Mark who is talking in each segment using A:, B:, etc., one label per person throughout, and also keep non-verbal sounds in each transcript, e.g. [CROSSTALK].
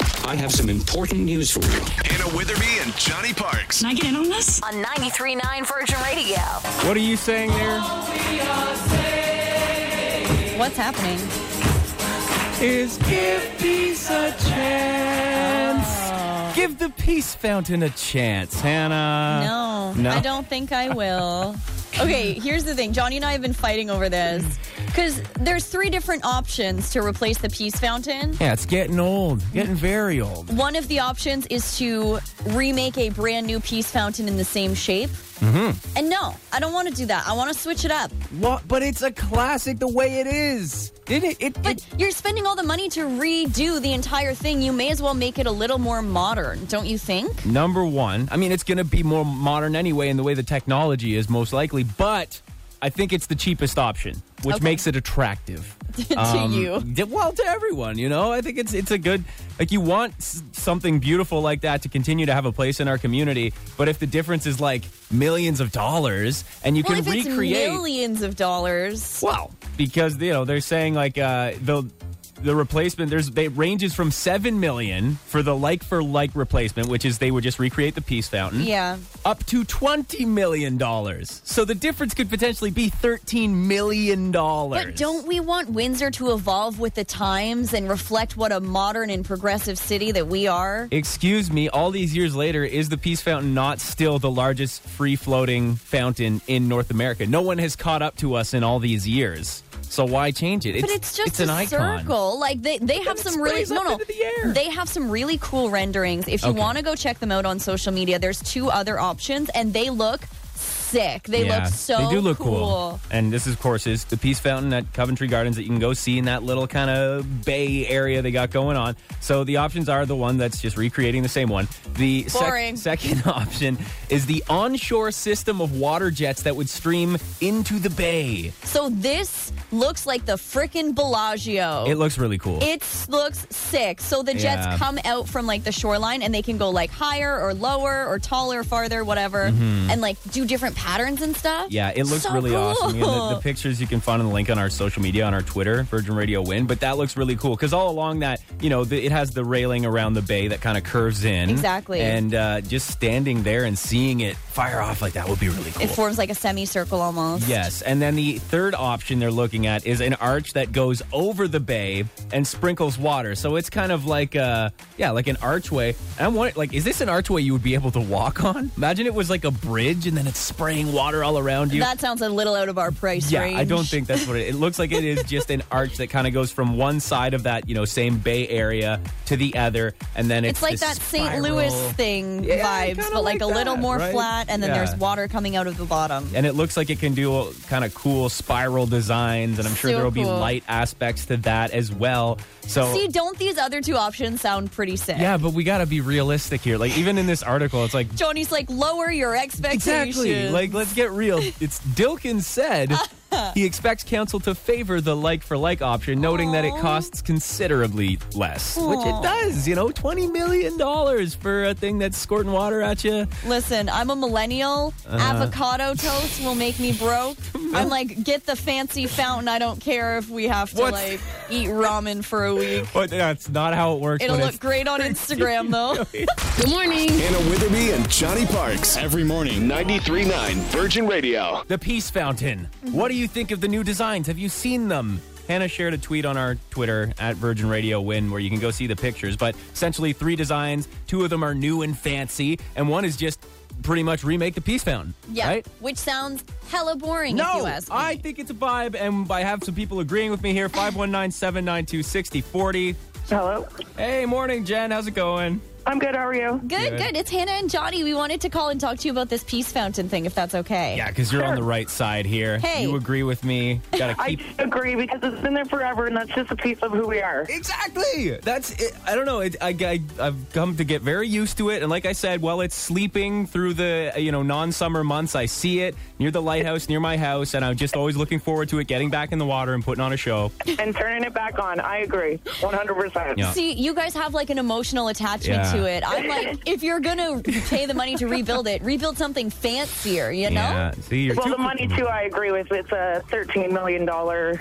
A: I have some important news for you.
B: Hannah Witherby and Johnny Parks.
C: Can I get in on this?
D: on 93.9 Virgin Radio.
E: What are you saying there?
F: What's happening?
E: Is give peace a chance. Ah. Give the peace fountain a chance, Hannah.
F: No, I don't think I will. okay, here's the thing. Johnny and I have been fighting over this because there's three different options to replace the peace fountain.
E: Yeah, it's getting old, getting very old.
F: One of the options is to remake a brand new peace fountain in the same shape. Mm-hmm. And no, I don't want to do that. I want to switch it up.
E: What? But it's a classic the way it is. Didn't it? it,
F: But
E: it
F: you're spending all the money to redo the entire thing. You may as well make it a little more modern, don't you think?
E: number one. I mean, it's going to be more modern anyway in the way the technology is most likely. But I think it's the cheapest option, which
F: Okay.
E: makes it attractive.
F: [LAUGHS] to
E: Um,
F: you.
E: D- Well, to everyone, you know. I think it's it's a good like you want s- something beautiful like that to continue to have a place in our community. But if the difference is like millions of dollars, and you
F: Well,
E: can
F: if it's
E: recreate,
F: millions of dollars,
E: well, because you know they're saying like uh, the the replacement there's they ranges from seven million for the like for like replacement, which is they would just recreate the peace fountain,
F: yeah.
E: up to twenty million dollars. So the difference could potentially be thirteen million dollars.
F: But don't we want Windsor to evolve with the times and reflect what a modern and progressive city that we are?
E: Excuse me, all these years later, is the Peace Fountain not still the largest free floating fountain in North America? No one has caught up to us in all these years. So why change it?
F: but it's just
E: an
F: a
E: icon.
F: circle. Like they, they have
E: it
F: some really
E: sprays
F: no
E: up
F: no.
E: into the air.
F: They have some really cool renderings. If you
E: Okay.
F: want to go check them out on social media, there's two other options, and they look sick. They look so
E: They do look
F: cool.
E: cool. And this, of course, is the Peace Fountain at Coventry Gardens that you can go see in that little kind of bay area they got going on. So the options are the one that's just recreating the same one. The sec-
F: Boring.
E: second [LAUGHS] option is the onshore system of water jets that would stream into the bay.
F: So this looks like the frickin' Bellagio.
E: It looks really cool.
F: It looks sick. So the jets
E: Yeah.
F: come out from like the shoreline and they can go like higher or lower or taller, farther, whatever, and like do different patterns and stuff.
E: Mm-hmm. yeah, it looks
F: So
E: really
F: cool.
E: awesome. And the, the pictures you can find on the link on our social media, on our Twitter, Virgin Radio Win. But that looks really cool because all along that, you know, the, it has the railing around the bay that kind of curves in.
F: Exactly.
E: And uh, just standing there and seeing it fire off like that would be really cool.
F: It forms like a semicircle almost.
E: Yes, and then the third option they're looking at is an arch that goes over the bay and sprinkles water. So it's kind of like uh yeah, like an archway. And I'm wondering, like, is this an archway you would be able to walk on? Imagine it was like a bridge and then it's spraying water all around you.
F: That sounds a little out of our price
E: yeah,
F: range.
E: I don't think that's what it. It looks like it is just
F: [LAUGHS]
E: an arch that kind of goes from one side of that, you know, same Bay Area to the other, and then it's,
F: It's like
E: this
F: that St.
E: spiral-
F: Louis thing
E: Yeah,
F: vibes,
E: kinda
F: but like,
E: like
F: a little
E: that,
F: more
E: right?
F: flat, and then
E: Yeah.
F: there's water coming out of the bottom.
E: and it looks like it can do kind of cool spiral designs, and I'm sure
F: So
E: there will be
F: cool.
E: light aspects to that as well. So.
F: See, don't these other two options sound pretty sick?
E: yeah, but we got to be realistic here. Like even in this article, it's like
F: Johnny's like, lower your expectations.
E: Exactly. Like, let's get real. It's Dilkin
F: [LAUGHS]
E: said he expects council to favor the like for like option, noting that it
F: Aw.
E: costs considerably less, which it
F: Aw.
E: does. You know, twenty million dollars for a thing that's squirting water at you.
F: Listen, I'm a millennial.
E: Uh-huh.
F: Avocado toast will make
E: [LAUGHS]
F: me broke. I'm like, get the fancy fountain. I don't care if we have to
E: What?
F: like eat ramen for a week.
E: But that's not how it works.
F: It'll
E: when
F: look
E: it's-
F: great on Instagram though. [LAUGHS]
G: Good morning.
B: Hannah Witherby and Johnny Parks.
A: Every morning,
B: 93.9 Virgin Radio.
E: The Peace Fountain.
F: Mm-hmm.
E: What do you think of the new designs? Have you seen them? Hannah shared a tweet on our Twitter at Virgin Radio Win where you can go see the pictures. But essentially, three designs. Two of them are new and fancy, and one is just pretty much remake the Peace Fountain.
F: Yeah.
E: Right?
F: Which sounds hella boring if you
E: No,
F: ask me.
E: I think it's a vibe, and I have some people agreeing with me here. 519 792 6040.
H: Hello.
E: Hey, morning, Jen. How's it going?
H: I'm good. How are you?
F: Good,
E: Yeah.
F: good. It's Hannah and Johnny. We wanted to call and talk to you about this peace fountain thing, if that's okay.
E: Yeah, because you're on the right side here.
F: Hey.
E: You agree with me. Gotta
H: I
E: keep.
H: agree because it's been there forever, and that's just a piece of who we are.
E: Exactly. That's it. I don't know. It, I, I I've come to get very used to it, and like I said, while it's sleeping through the you know non-summer months, I see it near the lighthouse near my house, and I'm just always looking forward to it getting back in the water and putting on a show.
H: And turning it back on, I agree, 100. percent
E: Yeah.
F: See, you guys have like an emotional attachment
E: Yeah.
F: to it. I'm like, if you're gonna pay the money to rebuild it, rebuild something fancier, you know?
E: Yeah. See, you're
H: Well,
E: too
H: the money too, I agree with. It's a 13 million dollar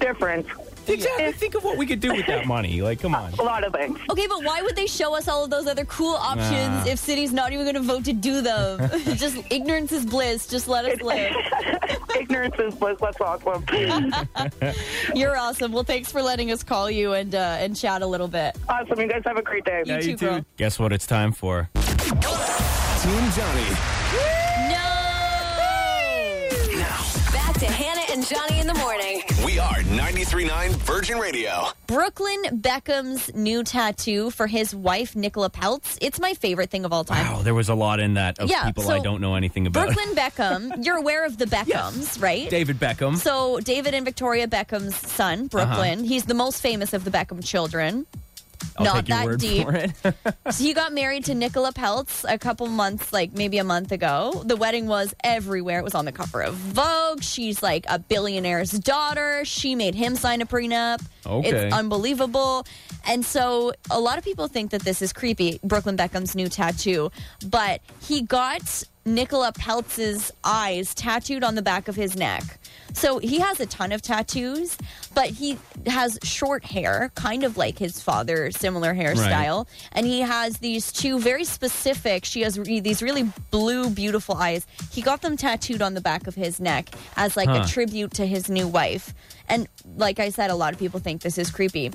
H: difference.
E: Exactly. Think of what we could do with that money. Like, come
H: [LAUGHS]
E: on.
H: A lot of things.
F: Okay, but why would they show us all of those other cool options
E: Ah.
F: if city's not even going to vote to do them? just ignorance is bliss. Just let us live.
H: Ignorance is bliss. That's awesome.
F: You're awesome. Well, thanks for letting us call you and uh, and chat a little bit.
H: awesome. You guys have a great day.
F: You too, girl.
E: Guess what? It's time for.
B: Team Johnny.
F: No.
D: Back to Hannah and Johnny in the morning.
B: We are 93.9 Virgin Radio.
F: Brooklyn Beckham's new tattoo for his wife Nicola Peltz. It's my favorite thing of all time.
E: Wow, there was a lot in that of
F: Yeah,
E: people
F: so
E: I don't know anything about.
F: Brooklyn Beckham. You're aware of the Beckhams, right?
E: [LAUGHS] David Beckham.
F: So David and Victoria Beckham's son, Brooklyn. He's the most famous of the Beckham children.
E: I'll
F: not
E: take your
F: that
E: word
F: deep.
E: for it. [LAUGHS]
F: [LAUGHS] So he got married to Nicola Peltz a couple months, like maybe a month ago. The wedding was everywhere. It was on the cover of Vogue. She's like a billionaire's daughter. She made him sign a prenup.
E: Okay.
F: It's unbelievable. And so a lot of people think that this is creepy, Brooklyn Beckham's new tattoo, but he got Nicola Peltz's eyes tattooed on the back of his neck. So he has a ton of tattoos, but he has short hair, kind of like his father, similar hairstyle and he has these two very specific she has re- these really blue beautiful eyes he got them tattooed on the back of his neck as like
E: Huh.
F: a tribute to his new wife and like i said a lot of people think this
E: [LAUGHS]
F: is creepy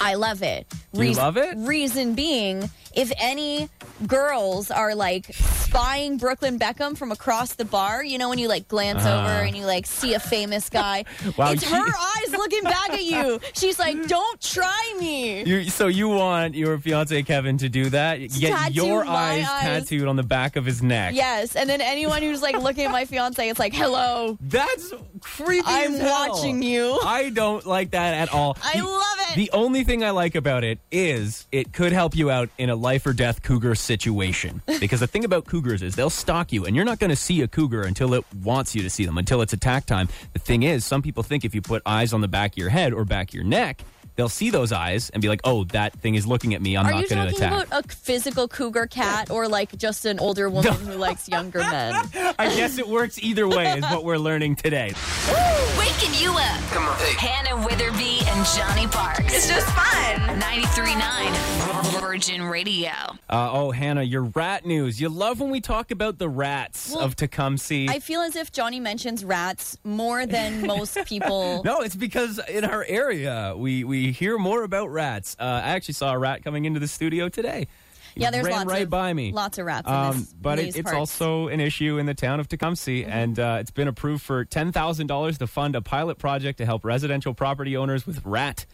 F: i love it
E: You love it?
F: reason being if any girls are like spying brooklyn beckham from across the bar you know when you like glance over and you like see a famous guy
E: Uh-huh. [LAUGHS] Wow,
F: it's
E: she-
F: her eyes looking back at you she's like don't try me
E: You, so you want your fiance Kevin to do that? You Get
F: Tattoo
E: your
F: my
E: eyes,
F: eyes.
E: tattooed on the back of his neck.
F: Yes, and then anyone who's like looking at my fiance, it's like, "Hello,
E: That's creepy.
F: I'm
E: as hell.
F: watching you."
E: I don't like that at all.
F: I
E: The-
F: love it.
E: The only thing I like about it is it could help you out in a life or death cougar situation. Because the thing about cougars is they'll stalk you, and you're not going to see a cougar until it wants you to see them, until it's attack time. The thing is, some people think if you put eyes on the back of your head or back of your neck, they'll see those eyes and be like, "Oh, that thing is looking at me. I'm
F: Are
E: not
F: you
E: going to
F: talking
E: attack."
F: about a physical cougar cat or like just an older woman who likes younger men?
E: [LAUGHS] I guess it works either way, is what we're learning today.
D: Waking you up. Come on. Hannah Witherby and Johnny Parks. It's just fun. 93.9 Virgin Radio.
E: Uh, oh, Hannah, your rat news. You love when we talk about the rats
F: Well,
E: of Tecumseh.
F: I feel as if Johnny mentions rats more than most people.
E: [LAUGHS] no, it's because in our area we, we hear more about rats. Uh, I actually saw a rat coming into the studio today. He
F: Yeah, there's
E: ran
F: lots
E: right
F: of-
E: by me. Um,
F: lots of rats in this- Mm-hmm.
E: but
F: in
E: it,
F: these
E: it's
F: parts.
E: also an issue in the town of Tecumseh, and uh, it's been approved for ten thousand dollars to fund a pilot project to help residential property owners with rat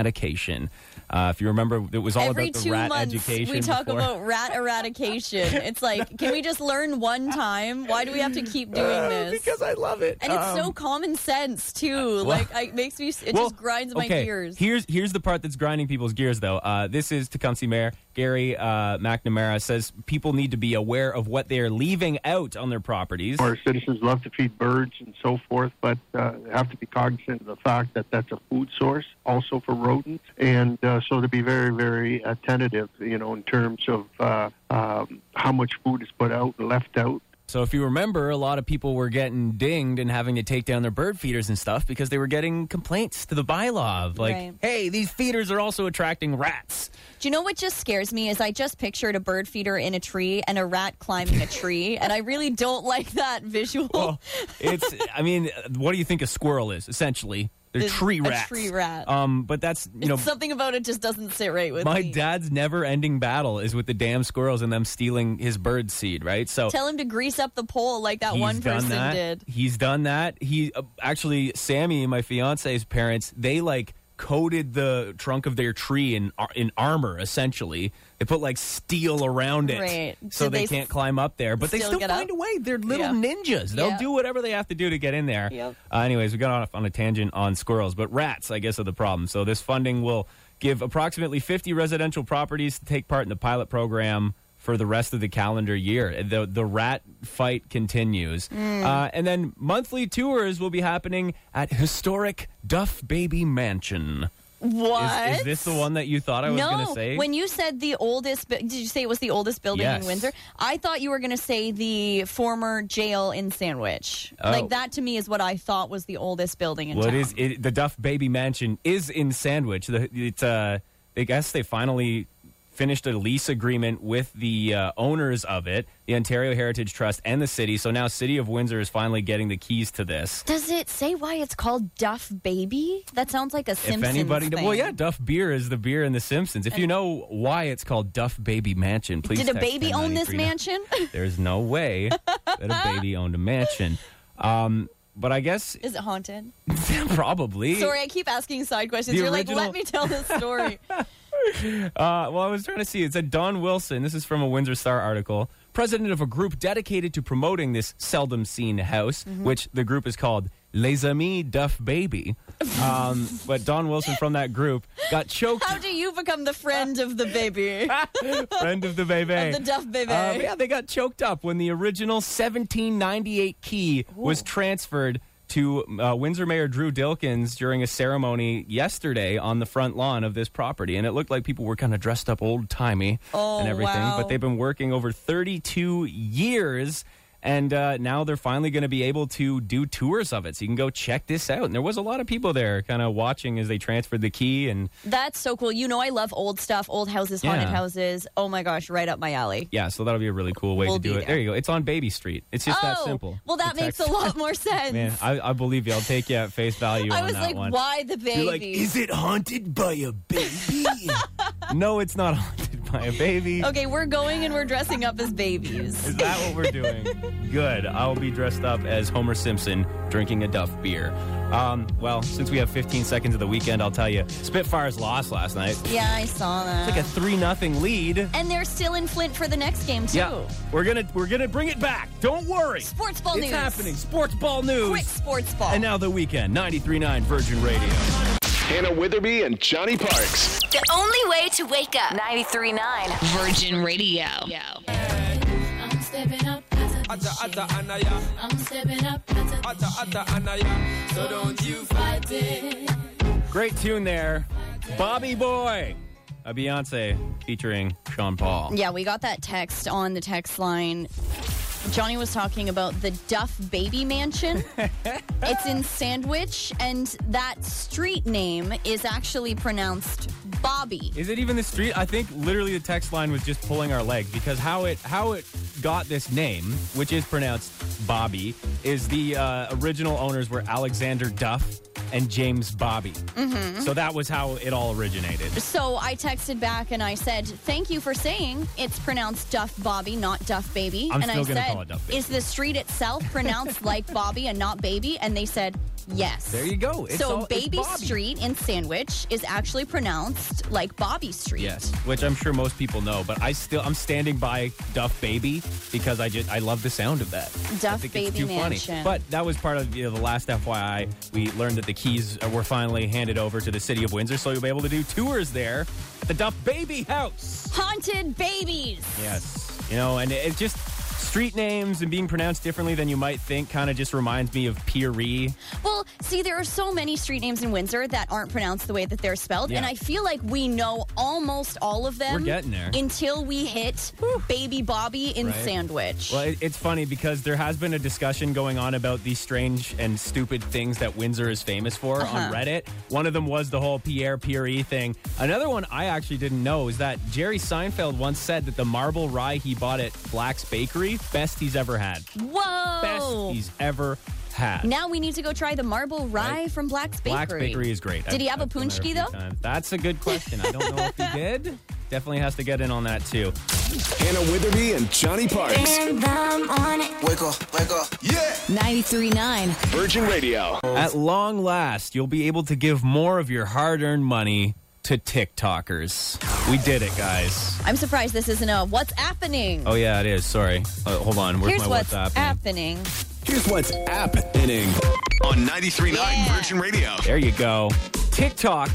E: eradication. Uh, if you remember, it was all
F: Every
E: about the
F: two
E: rat
F: months,
E: education.
F: we talk
E: before. [LAUGHS]
F: about rat eradication. It's like, can we just learn one time? Why do we have to keep doing this?
E: Uh, because I love it,
F: and it's
E: Um, uh,
F: so common sense too. like, I, it makes me. It
E: Well,
F: just grinds my
E: okay.
F: gears.
E: Here's here's the part that's grinding people's gears, though. Uh, this is Tecumseh Mayor Gary uh, McNamara says people need to be aware of what they are leaving out on their properties.
C: Our citizens love to feed birds and so forth, but uh, have to be cognizant of the fact that that's a food source, also for rodents, and uh, so to be very, very attentive, you know, in terms of uh, um, how much food is put out and left out.
E: So if you remember, a lot of people were getting dinged and having to take down their bird feeders and stuff because they were getting complaints to the bylaw of like,
F: Right.
E: hey, these feeders are also attracting rats.
F: Do you know what just scares me is I just pictured a bird feeder in a tree and a rat climbing a tree, and I really don't like that visual.
E: Well, it's I mean, what do you think a squirrel is essentially? They're
F: Is
E: tree
F: a
E: rats.
F: tree rat.
E: Um, but that's you know
F: [LAUGHS] Something about it just doesn't sit right with
E: My
F: me.
E: dad's never ending battle is with the damn squirrels and them stealing his bird seed, right? So
F: Tell him to grease up the pole like that
E: he's
F: one
E: done
F: person
E: that.
F: did.
E: He's done that. He uh, actually, Sammy, my fiance's parents, they like coated the trunk of their tree in ar- in armor. Essentially, they put like steel around it,
F: Right.
E: so
F: Did
E: they,
F: they
E: can't
F: s-
E: climb up there. But they
F: still
E: still
F: get
E: find
F: up?
E: a way. They're little
F: Yeah.
E: ninjas. They'll
F: Yeah.
E: do whatever they have to do to get in there.
F: Yep.
E: Uh, anyways, we got off on a tangent on squirrels, but rats, I guess, are the problem. So this funding will give approximately 50 residential properties to take part in the pilot program for the rest of the calendar year. The the rat fight continues,
F: Hmm.
E: uh, and then monthly tours will be happening at historic Duff Baby Mansion.
F: What?
E: Is, is this the one that you thought I was
F: no,
E: going to say?
F: when you said the oldest, bu- did you say it was the oldest building
E: Yes.
F: in Windsor? I thought you were going to say the former jail in Sandwich.
E: Oh.
F: Like that to me is what I thought was the oldest building in
E: What
F: town.
E: is it, the Duff Baby Mansion is in Sandwich. The, it's uh, I guess they finally finished a lease agreement with the uh, owners of it, the Ontario Heritage Trust and the city. So now City of Windsor is finally getting the keys to this.
F: Does it say why it's called Duff Baby? That sounds like a Simpsons
E: if anybody,
F: thing.
E: well, yeah, Duff Beer is the beer in The Simpsons. If you know why it's called Duff Baby Mansion, please.
F: Did a
E: text
F: baby own this
E: 1093.
F: mansion? [LAUGHS]
E: There's no way that a baby owned a
F: [LAUGHS]
E: mansion. Um, but I guess [LAUGHS]
F: is it haunted?
E: probably.
F: Sorry, I keep asking side questions.
E: The
F: You're
E: original-
F: like, let me tell the story.
E: [LAUGHS] Uh, well, I was trying to see. It said Don Wilson. This is from a Windsor Star article. President of a group dedicated to promoting this seldom seen house,
F: Mm-hmm.
E: which the group is called Les Amis Duff
F: [LAUGHS]
E: Baby. Um, but Don Wilson from that group got
F: [LAUGHS]
E: choked.
F: How do you become the friend of the baby?
E: Friend of the baby.
F: Of [LAUGHS] the Duff baby.
E: Uh, but yeah, they got choked up when the original 1798 key was transferred to uh, Windsor Mayor Drew Dilkins during a ceremony yesterday on the front lawn of this property. And it looked like people were kind of dressed up old timey
F: Oh,
E: and everything.
F: wow.
E: But they've been working over 32 years. And uh, now they're finally going to be able to do tours of it. So you can go check this out. And there was a lot of people there kind of watching as they transferred the key. And
F: That's so cool. You know, I love old stuff, old houses, haunted
E: Yeah.
F: houses. Oh my gosh, right up my alley.
E: yeah, so that'll be a really cool way
F: We'll
E: to do
F: be
E: it.
F: there.
E: There you go. It's on Baby Street. It's just that
F: oh,
E: simple.
F: well, that
E: The
F: makes
E: text-
F: a
E: [LAUGHS]
F: lot more sense.
E: Man, I, I believe you. I'll take you at face value
F: [LAUGHS] I
E: on
F: was
E: that
F: like,
E: one.
F: why the baby?
E: it haunted by a baby? [LAUGHS] no, it's not haunted by a baby.
F: [LAUGHS] [LAUGHS] okay, we're going and we're dressing up as babies.
E: Is that what we're doing? Good. I'll be dressed up as Homer Simpson drinking a Duff beer. Um, well, since we have 15 seconds of the weekend, I'll tell you, Spitfires lost last night.
F: yeah, I saw that.
E: Like a three nothing lead.
F: and they're still in Flint for the next game too.
E: Yeah, we're gonna we're gonna bring it back. Don't worry.
F: Sports ball
E: it's
F: news.
E: happening. Sports ball news.
F: Quick sports ball.
E: And now the weekend, 93.9 Virgin Radio.
B: Hannah Witherby and Johnny Parks.
D: The only way to wake up. 93.9 Virgin Radio.
G: I'm stepping up out of this shit. I'm stepping up out of this shit. So don't you fight it.
E: Great tune there. Bobby Boy. A Beyonce featuring Sean Paul.
F: Yeah, we got that text on the text line. Johnny was talking about the Duff
E: [LAUGHS]
F: Baby Mansion. it's in Sandwich, and that street name is actually pronounced Bobby.
E: Is it even the street? I think literally the text line was just pulling our leg because how it how it got this name, which is pronounced Bobby, is the uh, original owners were Alexander Duff and James Bobby. Mm-hmm. So that was how it all originated.
F: So I texted back and I said, "Thank you for saying it's pronounced Duff Bobby, not Duff Baby."
E: I'm
F: and
E: still
F: I
E: gonna
F: said,
E: call it Duff Baby.
F: "Is the street itself
E: [LAUGHS]
F: pronounced like Bobby and not Baby?" And they said, "Yes."
E: There you go. It's
F: so
E: all- it's
F: Baby
E: Bobby.
F: Street in Sandwich is actually pronounced like Bobby Street.
E: Yes, which I'm sure most people know, but I still I'm standing by Duff Baby because I just I love the sound of that. I
F: Duff
E: think
F: Baby
E: it's too funny.
F: Mansion.
E: But that was part of you know, the last FYI. We learned that the keys uh, were finally handed over to the city of Windsor, so you'll be able to do tours there at the Duff Baby House.
F: Haunted babies.
E: Yes, you know, and it just. Street names and being pronounced differently than you might think kind of just reminds me of Pierre.
F: Well, see, there are so many street names in Windsor that aren't pronounced the way that they're spelled,
E: Yeah.
F: and I feel like we know almost all of them.
E: We're getting there.
F: until we hit Baby Bobby in
E: Right.
F: Sandwich.
E: Well, it, it's funny because there has been a discussion going on about these strange and stupid things that Windsor is famous for
F: Uh-huh.
E: on Reddit. One of them was the whole Pierre Pierre thing. Another one I actually didn't know is that Jerry Seinfeld once said that the marble rye he bought at Black's Bakery, best he's ever had. Best
F: Whoa!
E: he's ever had.
F: Now we need to go try the marble rye
E: Right.
F: from Black's Bakery.
E: Black's Bakery is great.
F: Did he have a
E: been there
F: punchki,
E: few
F: though?
E: times. That's a good question. I don't know if
F: [LAUGHS]
E: he did. Definitely has to get in on that too.
B: Hannah Witherby and Johnny Parks.
I: Wake up, wake up.
B: Yeah.
D: 93.9
B: Virgin Radio.
E: At long last, you'll be able to give more of your hard earned money to TikTokers. We did it, guys.
F: I'm surprised this isn't a what's happening.
E: Oh, yeah, it is. Sorry. Uh, hold on. Where's
F: Here's
E: my
F: what's
E: WhatsApp?
F: happening.
B: Here's what's happening on 93.9
F: Yeah.
B: Virgin Radio.
E: There you go. TikTok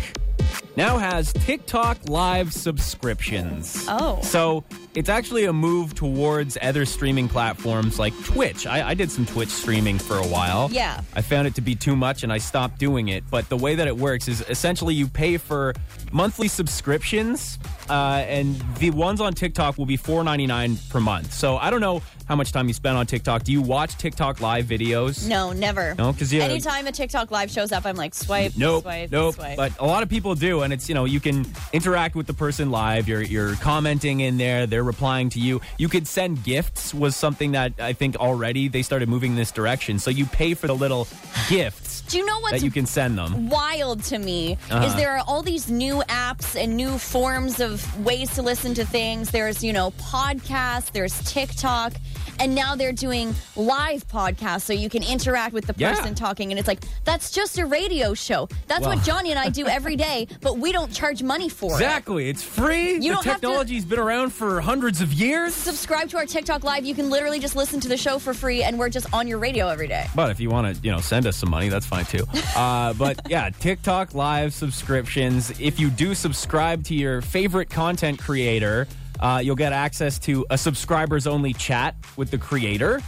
E: now has TikTok Live subscriptions.
F: Oh.
E: So It's actually a move towards other streaming platforms like Twitch. I, I did some Twitch streaming for a while.
F: Yeah.
E: I found it to be too much and I stopped doing it. But the way that it works is essentially you pay for monthly subscriptions, uh, and the ones on TikTok will be $4.99 per month. So I don't know how much time you spend on TikTok. Do you watch TikTok live videos?
F: No, never.
E: No, 'cause, yeah.
F: anytime a TikTok live shows up, I'm like swipe,
E: Nope,
F: swipe,
E: nope.
F: swipe.
E: But a lot of people do, and it's you know you can interact with the person live. You're you're commenting in there. They're replying to you. You could send gifts was something that I think already they started moving in this direction. So you pay for the little gifts
F: Do you know what's
E: that you can send them.
F: wild to me
E: Uh-huh.
F: is there are all these new apps and new forms of ways to listen to things. There's, you know, podcasts, there's TikTok, and now they're doing live podcasts so you can interact with the
E: Yeah.
F: person talking. And it's like, that's just a radio show. That's
E: Well.
F: what Johnny and I do
E: [LAUGHS]
F: every day, but we don't charge money for it.
E: Exactly, it's free.
F: You
E: the
F: don't have to-
E: technology's been around for hundreds of years.
F: Subscribe to our TikTok live. You can literally just listen to the show for free, and we're just on your radio every day.
E: But if you want to, you know, send us some money, that's fine too. Uh, but yeah, TikTok live subscriptions. If you do subscribe to your favorite content creator, uh, you'll get access to a subscribers only chat with the creator,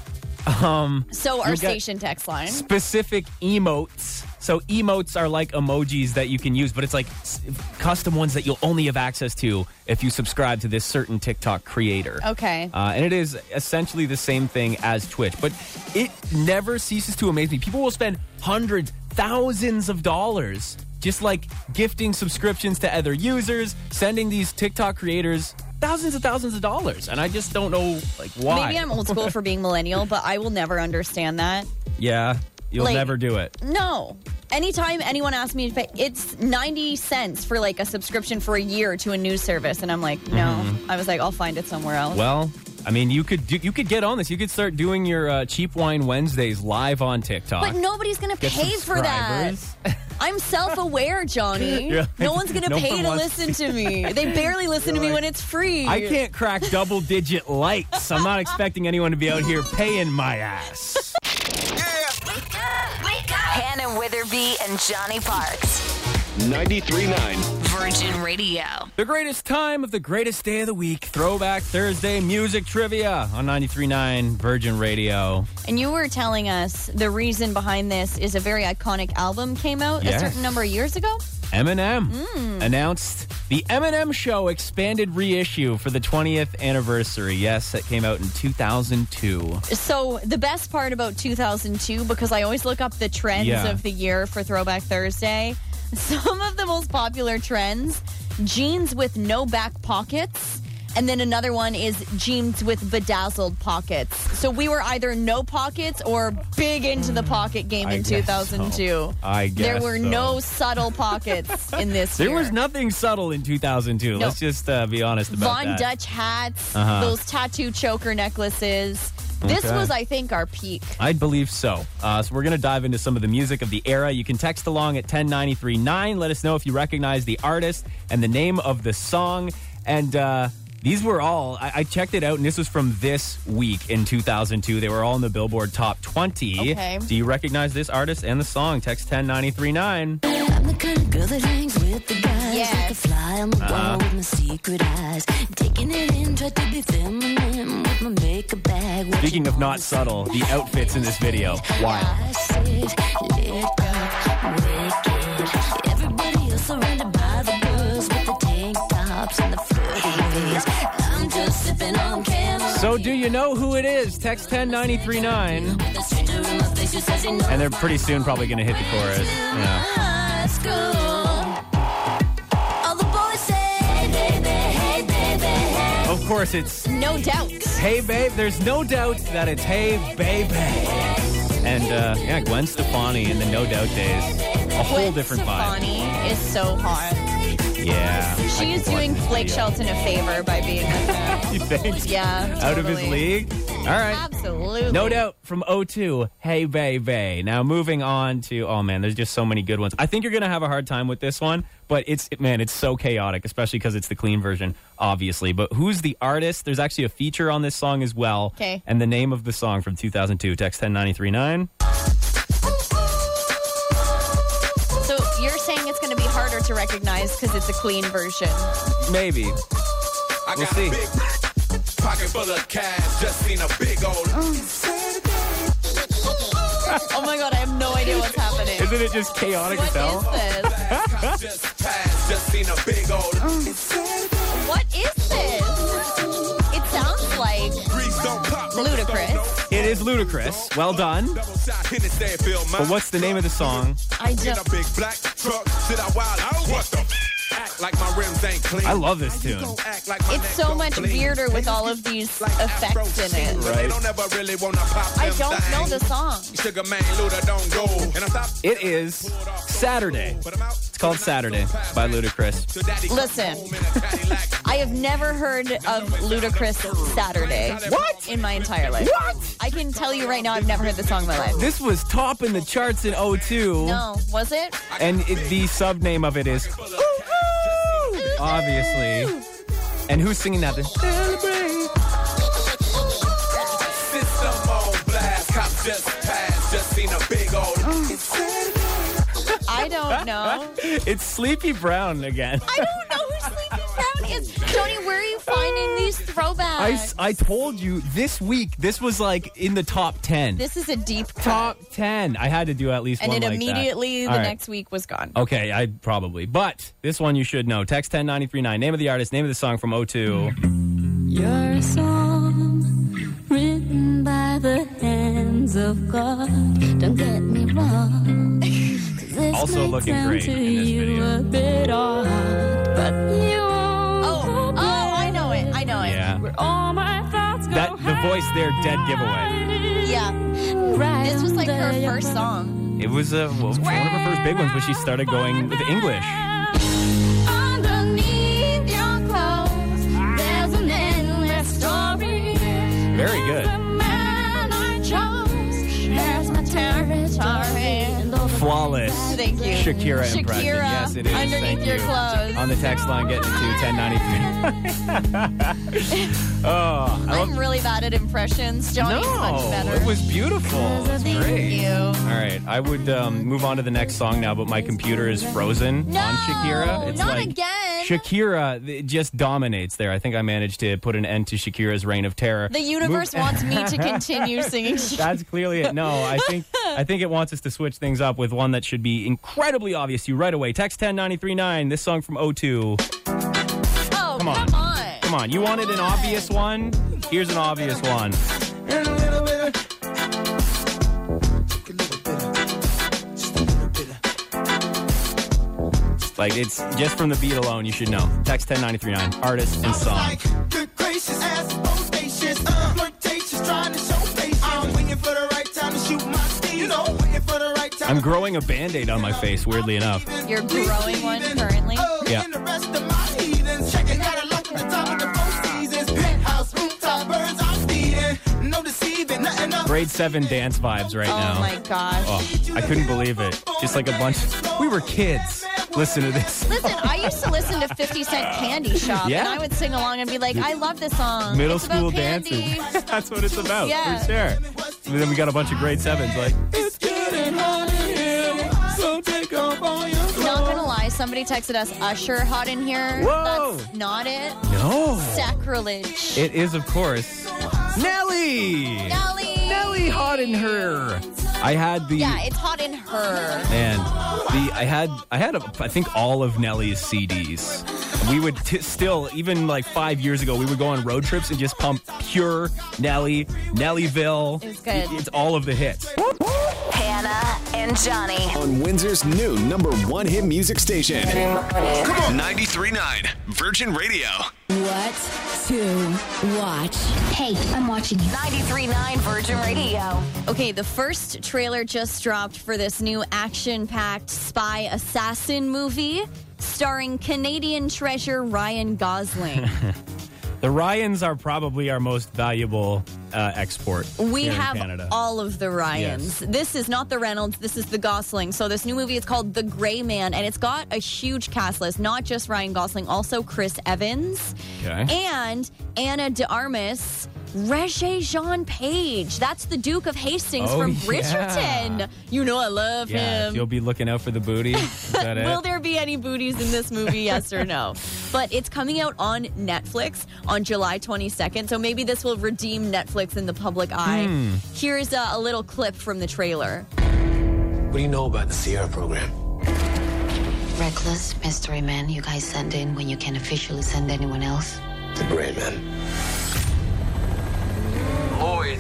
F: So our
E: You'll get-
F: station text line.
E: specific emotes. So emotes are like emojis that you can use, but it's like s- custom ones that you'll only have access to if you subscribe to this certain TikTok creator.
F: Okay.
E: Uh, and it is essentially the same thing as Twitch, but it never ceases to amaze me. People will spend hundreds, thousands of dollars just like gifting subscriptions to other users, sending these TikTok creators thousands and thousands of dollars, and I just don't know like why.
F: Maybe I'm old school for being millennial, but I will never understand that.
E: yeah, you'll
F: Like-
E: never do it.
F: No. Anytime anyone asks me to pay, it's 90 cents for like a subscription for a year to a news service. And I'm like, no. I was like, I'll find it somewhere else.
E: Mm-hmm. Well, I mean, you could do, you could get on this. You could start doing your uh, cheap wine Wednesdays live on TikTok.
F: but nobody's going to
E: Get
F: pay for that.
E: subscribers.
F: I'm self
E: [LAUGHS]
F: aware, Johnny.
E: You're
F: no
E: like,
F: one's going to
E: no
F: pay
E: one
F: to
E: wants
F: listen
E: [LAUGHS]
F: to me. They barely listen to me when it's free.
E: I can't crack double digit likes. I'm not expecting anyone to be out here paying my ass.
D: Wake up! Wake up! Hannah Witherby and Johnny Parks.
B: 93.9
D: Virgin Radio.
E: The greatest time of the greatest day of the week, Throwback Thursday music trivia on 93.9 Virgin Radio.
F: And you were telling us the reason behind this is a very iconic album came out
E: Yes.
F: a certain number of years ago.
E: Eminem
F: Mm.
E: announced the Eminem Show expanded reissue for the 20th anniversary. Yes, that came out in 2002.
F: So the best part about 2002, because I always look up the trends
E: Yeah.
F: of the year for Throwback Thursday, [LAUGHS] some of the most popular trends: jeans with no back pockets. And then another one is jeans with bedazzled pockets. So we were either no pockets or big into the pocket game
E: I
F: in
E: guess
F: 2002.
E: so. I
F: there
E: guess
F: were
E: so.
F: no subtle
E: [LAUGHS]
F: pockets in this.
E: There
F: year.
E: was nothing subtle in 2002.
F: No.
E: Let's just uh, be honest about
F: Von
E: that.
F: Dutch hats,
E: Uh-huh.
F: those tattoo choker necklaces. This
E: Okay.
F: was, I think, our peak.
E: I believe so. Uh, so we're going to dive into some of the music of the era. You can text along at 10939. Let us know if you recognize the artist and the name of the song. And uh, these were all, I-, I checked it out, and this was from this week in 2002. They were all in the Billboard Top 20.
F: Okay.
E: Do you recognize this artist and the song? Text 10939.
J: I'm the kind of girl that hangs with the guys.
F: Yes.
J: Like a fly on the wall with my secret eyes. Taking it in, try to be feminine with my makeup bag. What
E: Speaking
J: you
E: of
J: gonna
E: not subtle, the
J: say?
E: outfits in this video, wild.
J: I said, lit up, wicked. Everybody else surrounded by the girls with the tank tops and the flirties. I'm just sipping on camel.
E: So do you know who it is? Text 10939.
J: With a stranger in my face who says he knows
E: And they're pretty soon probably going to hit the chorus. Yeah.
J: high school. All the boys say, hey, baby, hey, baby, hey.
E: Of course, it's
F: No doubt.
E: Hey Babe. There's no doubt that it's Hey Babe. And uh, yeah, Gwen Stefani in the No Doubt days. A whole
F: Gwen
E: different vibe.
F: Stefani is so hot.
E: Yeah. I
F: She is
E: could watch
F: doing
E: this [LAUGHS]
F: Blake
E: video.
F: Shelton a favor by being with
E: [LAUGHS]
F: him.
E: You think?
F: Yeah.
E: Out of his
F: totally.
E: league? All right.
F: Absolutely.
E: No doubt from 02, Hey Baby. Now moving on to, oh man, there's just so many good ones. I think you're going to have a hard time with this one, but it's, man, it's so chaotic, especially because it's the clean version, obviously. But who's the artist? There's actually a feature on this song as well.
F: 'Kay.
E: And the name of the song from 2002, text 10939.
F: So you're saying it's going to be harder to recognize because it's a Queen version.
E: Maybe.
B: I
E: We'll see.
B: big pocket full of cash. Just seen a big old.
F: Oh my god, I have no idea what's happening.
E: Isn't it just chaotic as hell?
F: What is this?
B: just passed. Just seen a big old.
F: What is this? It sounds like
B: Grease don't pop.
F: ludicrous.
E: It is ludicrous. Well done.
B: Double shot. Hennessy feel my.
E: But what's the name of the song?
F: I
B: In a
F: don't.
B: big black truck. Shit, I wild out. What the? f- Act like my rims ain't clean.
E: I love this tune.
F: It's so much weirder with all of these effects in it.
B: Right. They don't ever really wanna pop
F: I
B: them
F: don't know
B: things.
F: the song.
B: Sugar man, Luda, don't go. And I stop.
E: It is Saturday. It's called Saturday by Ludacris.
F: Listen. I have never heard of Ludacris Saturday.
B: What?
F: In my entire life. What? I can tell you right now, I've never heard the song in my life.
E: This was top in the charts in 02.
F: No, was it?
E: And it, the sub name of it is obviously. And who's singing that?
B: System on blast. Cop just passed. Just seen a big old.
F: I don't know.
E: It's Sleepy Brown again.
F: I don't know who Sleepy Brown is. Johnny, where are you finding these throwbacks?
E: I, s- I told you this week, this was like in the top 10.
F: this is a deep cut.
E: top 10. I had to do at least
F: and
E: one
F: it
E: like that.
F: immediately
E: All
F: the
E: right.
F: next week was gone.
E: Okay, I probably. But this one you should know. Text 10939. Name of the artist, name of the song from 02.
J: Your song, written by the hands of God. Don't get me wrong. 'cause this
E: Also
J: may
E: looking
J: sound
E: great
J: to
E: in this
J: you
E: video.
J: A bit odd, but you
F: Oh, oh, I know it. I know it.
E: Yeah.
J: Where all my thoughts go
E: That the voice there, dead giveaway.
F: Yeah.
J: Right
F: This was like her
J: under your
F: first song.
E: It was uh, one of her first big ones, but she started going with English.
J: Underneath your clothes, there's an endless story.
E: Very good.
J: The man I chose, there's my territory.
E: Flawless.
F: Thank you.
E: Shakira, impression.
F: Shakira,
E: Yes, it is.
F: underneath
E: Thank
F: your
E: you.
F: clothes.
E: On the text line, getting to 1093. oh, I love
F: I'm really bad at impressions. Johnny's much
E: No,
F: better.
E: Oh, it was beautiful. It's
F: Thank
E: great.
F: you.
E: All right, I would um, move on to the next song now, but my computer is frozen
F: No,
E: on Shakira. It's
F: not
E: like
F: again.
E: Shakira th- just dominates there. I think I managed to put an end to Shakira's reign of terror.
F: the universe
E: Move-
F: wants me to continue singing.
E: [LAUGHS]
F: Shakira.
E: That's clearly it. No, I think I think it wants us to switch things up with one that should be incredibly obvious to you right away. Text 10939, this song from O2.
F: Oh,
E: Come
F: come
E: on.
F: on.
E: Come on, you wanted an obvious one? Here's an obvious one. Like it's just from the beat alone, you should know. Text 10939, artist and song.
K: Good gracious, ass bodacious, uh, flirtatious, trying to show face. I'm waiting for the right time to shoot my steam. You know, waiting for the right time.
E: I'm growing a band-aid on my face, weirdly enough.
F: You're growing one currently?
E: Yeah.
K: And the rest of my heathens. Checking out a look at the top of the four seasons. Penthouse, rooftop, birds, I'm feeding. No deceiving, nothing up.
E: Grade 7 dance vibes right
F: Oh
E: now.
F: my gosh.
E: Oh, I couldn't believe it. Just like a bunch. We were kids. Listen to this.
F: Listen, I used to listen to 50 Cent Candy Shop,
E: Yeah.
F: and I would sing along and be like, I love this song.
E: Middle
F: It's about
E: school
F: candy.
E: dances. [LAUGHS] That's what it's about,
F: Yeah.
E: for sure. And then we got a bunch of grade sevens. Like, it's getting hot in here, so take off all your
F: Not gonna lie, somebody texted us Usher hot in here.
E: Whoa.
F: That's not it.
E: No.
F: Sacrilege.
E: It is, of course, Nelly.
F: Nelly.
E: Nelly hot in her. I had the.
F: Yeah, it's hot in her.
E: Man, the I had I had a, I think all of Nelly's CDs. We would t- still even like five years ago, we would go on road trips and just pump pure Nelly, Nellyville.
F: It was good.
E: it's all of the hits.
D: Hannah and Johnny.
B: On Windsor's new number one hit music station. Come on. 93.9 Virgin Radio.
J: What to watch? Hey, I'm watching you.
D: 93.9 Virgin Radio.
F: Okay, the first trailer just dropped for this new action packed spy assassin movie starring Canadian treasure Ryan Gosling.
E: The Ryans are probably our most valuable uh, export.
F: We
E: here in
F: have
E: Canada.
F: all of the Ryans. This is not the Reynolds, this is the Gosling. So this new movie is called The Gray Man and it's got a huge cast list, not just Ryan Gosling, also Chris Evans
E: Okay.
F: and Anna De Armas Regé Jean Page. That's the Duke of Hastings
E: Oh,
F: from
E: yeah.
F: Bridgerton. You know I love
E: Yeah,
F: him.
E: you'll be looking out for the booty.
F: [LAUGHS]
E: Is that it?
F: Will there be any booties in this movie? Yes
E: [LAUGHS]
F: or no? But it's coming out on Netflix on July 22nd, so maybe this will redeem Netflix in the public eye.
L: Hmm.
F: Here's a, a little clip from the trailer.
L: What do you know about the Sierra program?
M: Reckless mystery men you guys send in when you can officially send anyone else.
L: The gray man. Lloyd.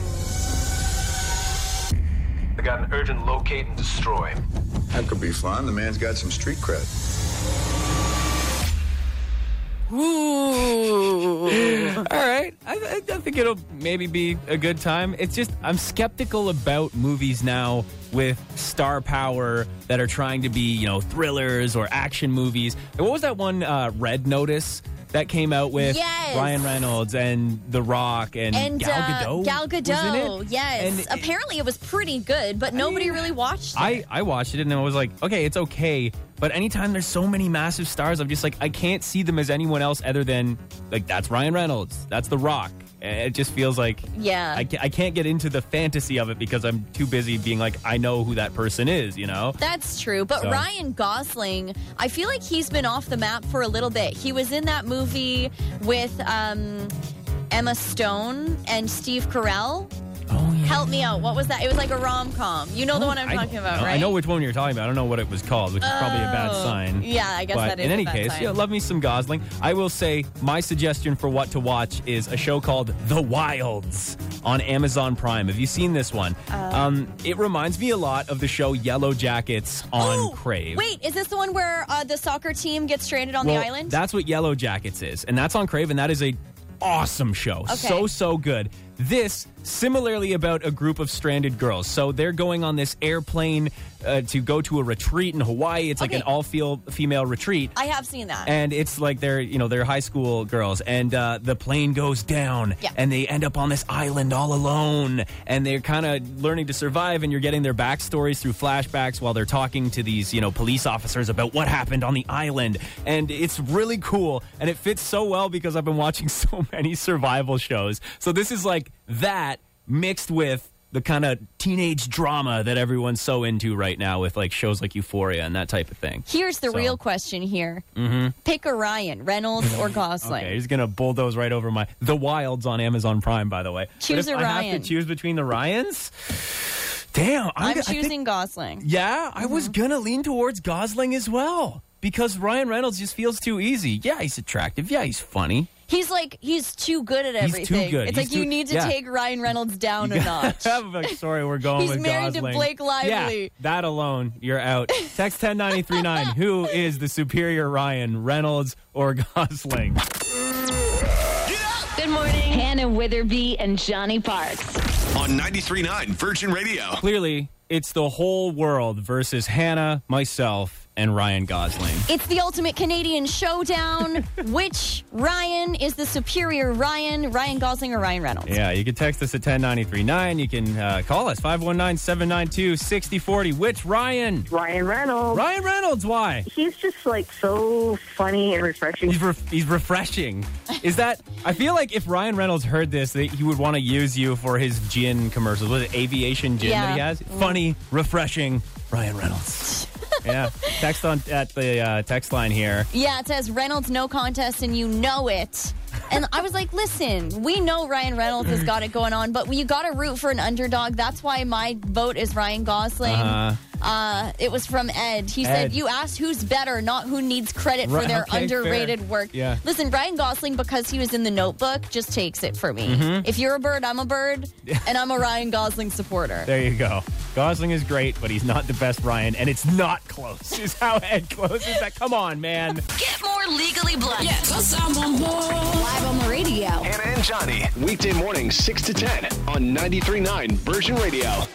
L: I got an urgent locate and destroy.
N: That could be fun. The man's got some street cred.
F: Ooh.
E: All right. I, I, I think it'll maybe be a good time. It's just, I'm skeptical about movies now with star power that are trying to be, you know, thrillers or action movies. And What was that one, uh, Red Notice? That came out with
F: Yes.
E: Ryan Reynolds and The Rock and,
F: And
E: Gal
F: uh,
E: Gadot.
F: Gal
E: was in it?
F: Gadot, yes. Apparently, it was pretty good, but nobody really watched it.
E: I, I watched it and I was like, okay, it's okay. But anytime there's so many massive stars, I'm just like, I can't see them as anyone else other than, like, that's Ryan Reynolds. That's The Rock. And It just feels like,
F: Yeah.
E: I, ca- I can't get into the fantasy of it because I'm too busy being like, I know who that person is, you know?
F: That's true. But
E: So-
F: Ryan Gosling, I feel like he's been off the map for a little bit. He was in that movie with um, Emma Stone and Steve Carell. Oh, yeah. Help me out. What was that? It was like a rom com. You know the one I'm
E: Oh, Uh-huh. I
F: talking
E: don't
F: about,
E: know.
F: right?
E: I know which one you're talking about. I don't know what it was called, which is probably a bad
F: Oh.
E: sign.
F: Yeah, I guess
E: but
F: that is
E: In
F: a
E: any
F: bad
E: case,
F: sign.
E: yeah, love me some Gosling. I will say my suggestion for what to watch is a show called The Wilds on Amazon Prime. Have you seen this one?
F: Oh.
E: um, it reminds me a lot of the show Yellow Jackets on Crave.
F: Wait, is this the one where uh, the soccer team gets stranded on
E: Well,
F: the island?
E: That's what Yellow Jackets is, and that's on Crave, and that is a awesome show.
F: Okay.
E: So so good. This similarly about a group of stranded girls. So they're going on this airplane uh, to go to a retreat in Hawaii. It's like
F: Okay.
E: an all female retreat.
F: I have seen that.
E: and it's like they're you know they're high school girls and uh, the plane goes down
F: Yeah.
E: and they end up on this island all alone and they're kind of learning to survive and you're getting their backstories through flashbacks while they're talking to these you know police officers about what happened on the island and it's really cool and it fits so well because I've been watching [LAUGHS] so many survival shows so this is like that mixed with the kind of teenage drama that everyone's so into right now with like shows like Euphoria and that type of thing.
F: Here's the
E: So-
F: real question here
E: Mm-hmm.
F: pick a Ryan, Reynolds
E: [LAUGHS]
F: or Gosling.
E: Okay, he's gonna bulldoze right over my The Wilds on Amazon Prime. By the way, But
F: Choose
E: if
F: a
E: I have
F: Ryan.
E: to choose between the Ryans. Damn,
F: I'm,
E: g- I
F: choosing Mm-hmm.
E: think-
F: Gosling.
E: yeah, I was gonna lean towards Gosling as well because Ryan Reynolds just feels too easy. Yeah, he's attractive. Yeah, he's
F: [LAUGHS]
E: funny.
F: He's like he's too good at
E: He's too
F: everything.
E: good.
F: It's
E: He's
F: like you
E: too-
F: need to
E: yeah.
F: take Ryan Reynolds down a
E: [LAUGHS]
F: notch.
E: I'm like, sorry, we're going
F: He's
E: with
F: married to
E: Gosling.
F: Blake Lively.
E: Yeah, that alone, you're out. Text 10939. Who is the superior Ryan, Reynolds or Gosling?
D: Good morning. Hannah Witherby and Johnny Parks.
B: On 93.9 Virgin Radio.
E: Clearly, it's the whole world versus Hannah, myself, and Ryan Gosling.
F: It's the ultimate
E: [LAUGHS]
F: Canadian showdown. Which Ryan is the superior Ryan? Ryan Gosling or Ryan Reynolds?
E: Yeah, you can text us at 10939. You can uh, call us 519 792 6040. Which Ryan?
O: Ryan Reynolds.
E: Ryan Reynolds, why?
O: He's just like so funny and refreshing.
E: He's, ref he's refreshing. Is that? I feel like if Ryan Reynolds heard this, that he would want to use you for his gin commercials. Was it aviation gin that he
F: Yeah.
E: has?
F: Mm.
E: Funny, refreshing, Ryan Reynolds. yeah. Text on at the uh, text line here.
F: Yeah, it says Reynolds no contest and you know it. And I was like, listen, we know Ryan Reynolds has got it going on, but you got to root for an underdog. That's why my vote is Ryan Gosling.
E: Uh-huh.
F: Uh, it was from Ed. He
E: Ed.
F: said, You asked who's better, not who needs credit for
E: Right,
F: their
E: okay,
F: underrated
E: fair.
F: work.
E: Yeah.
F: Listen, Ryan Gosling, because he was in the notebook, just takes it for me.
E: Mhm.
F: If you're a bird, I'm a bird, and I'm a Ryan Gosling supporter.
E: There you go. Gosling is great, but he's not the best Ryan, and it's not close. Is how Ed closes that. Come on, man.
D: Get more legally blunt. Yeah, cause I'm on board. Live on the radio.
B: Hannah and Johnny, weekday morning 6 to 10 on 93.9 Virgin Radio.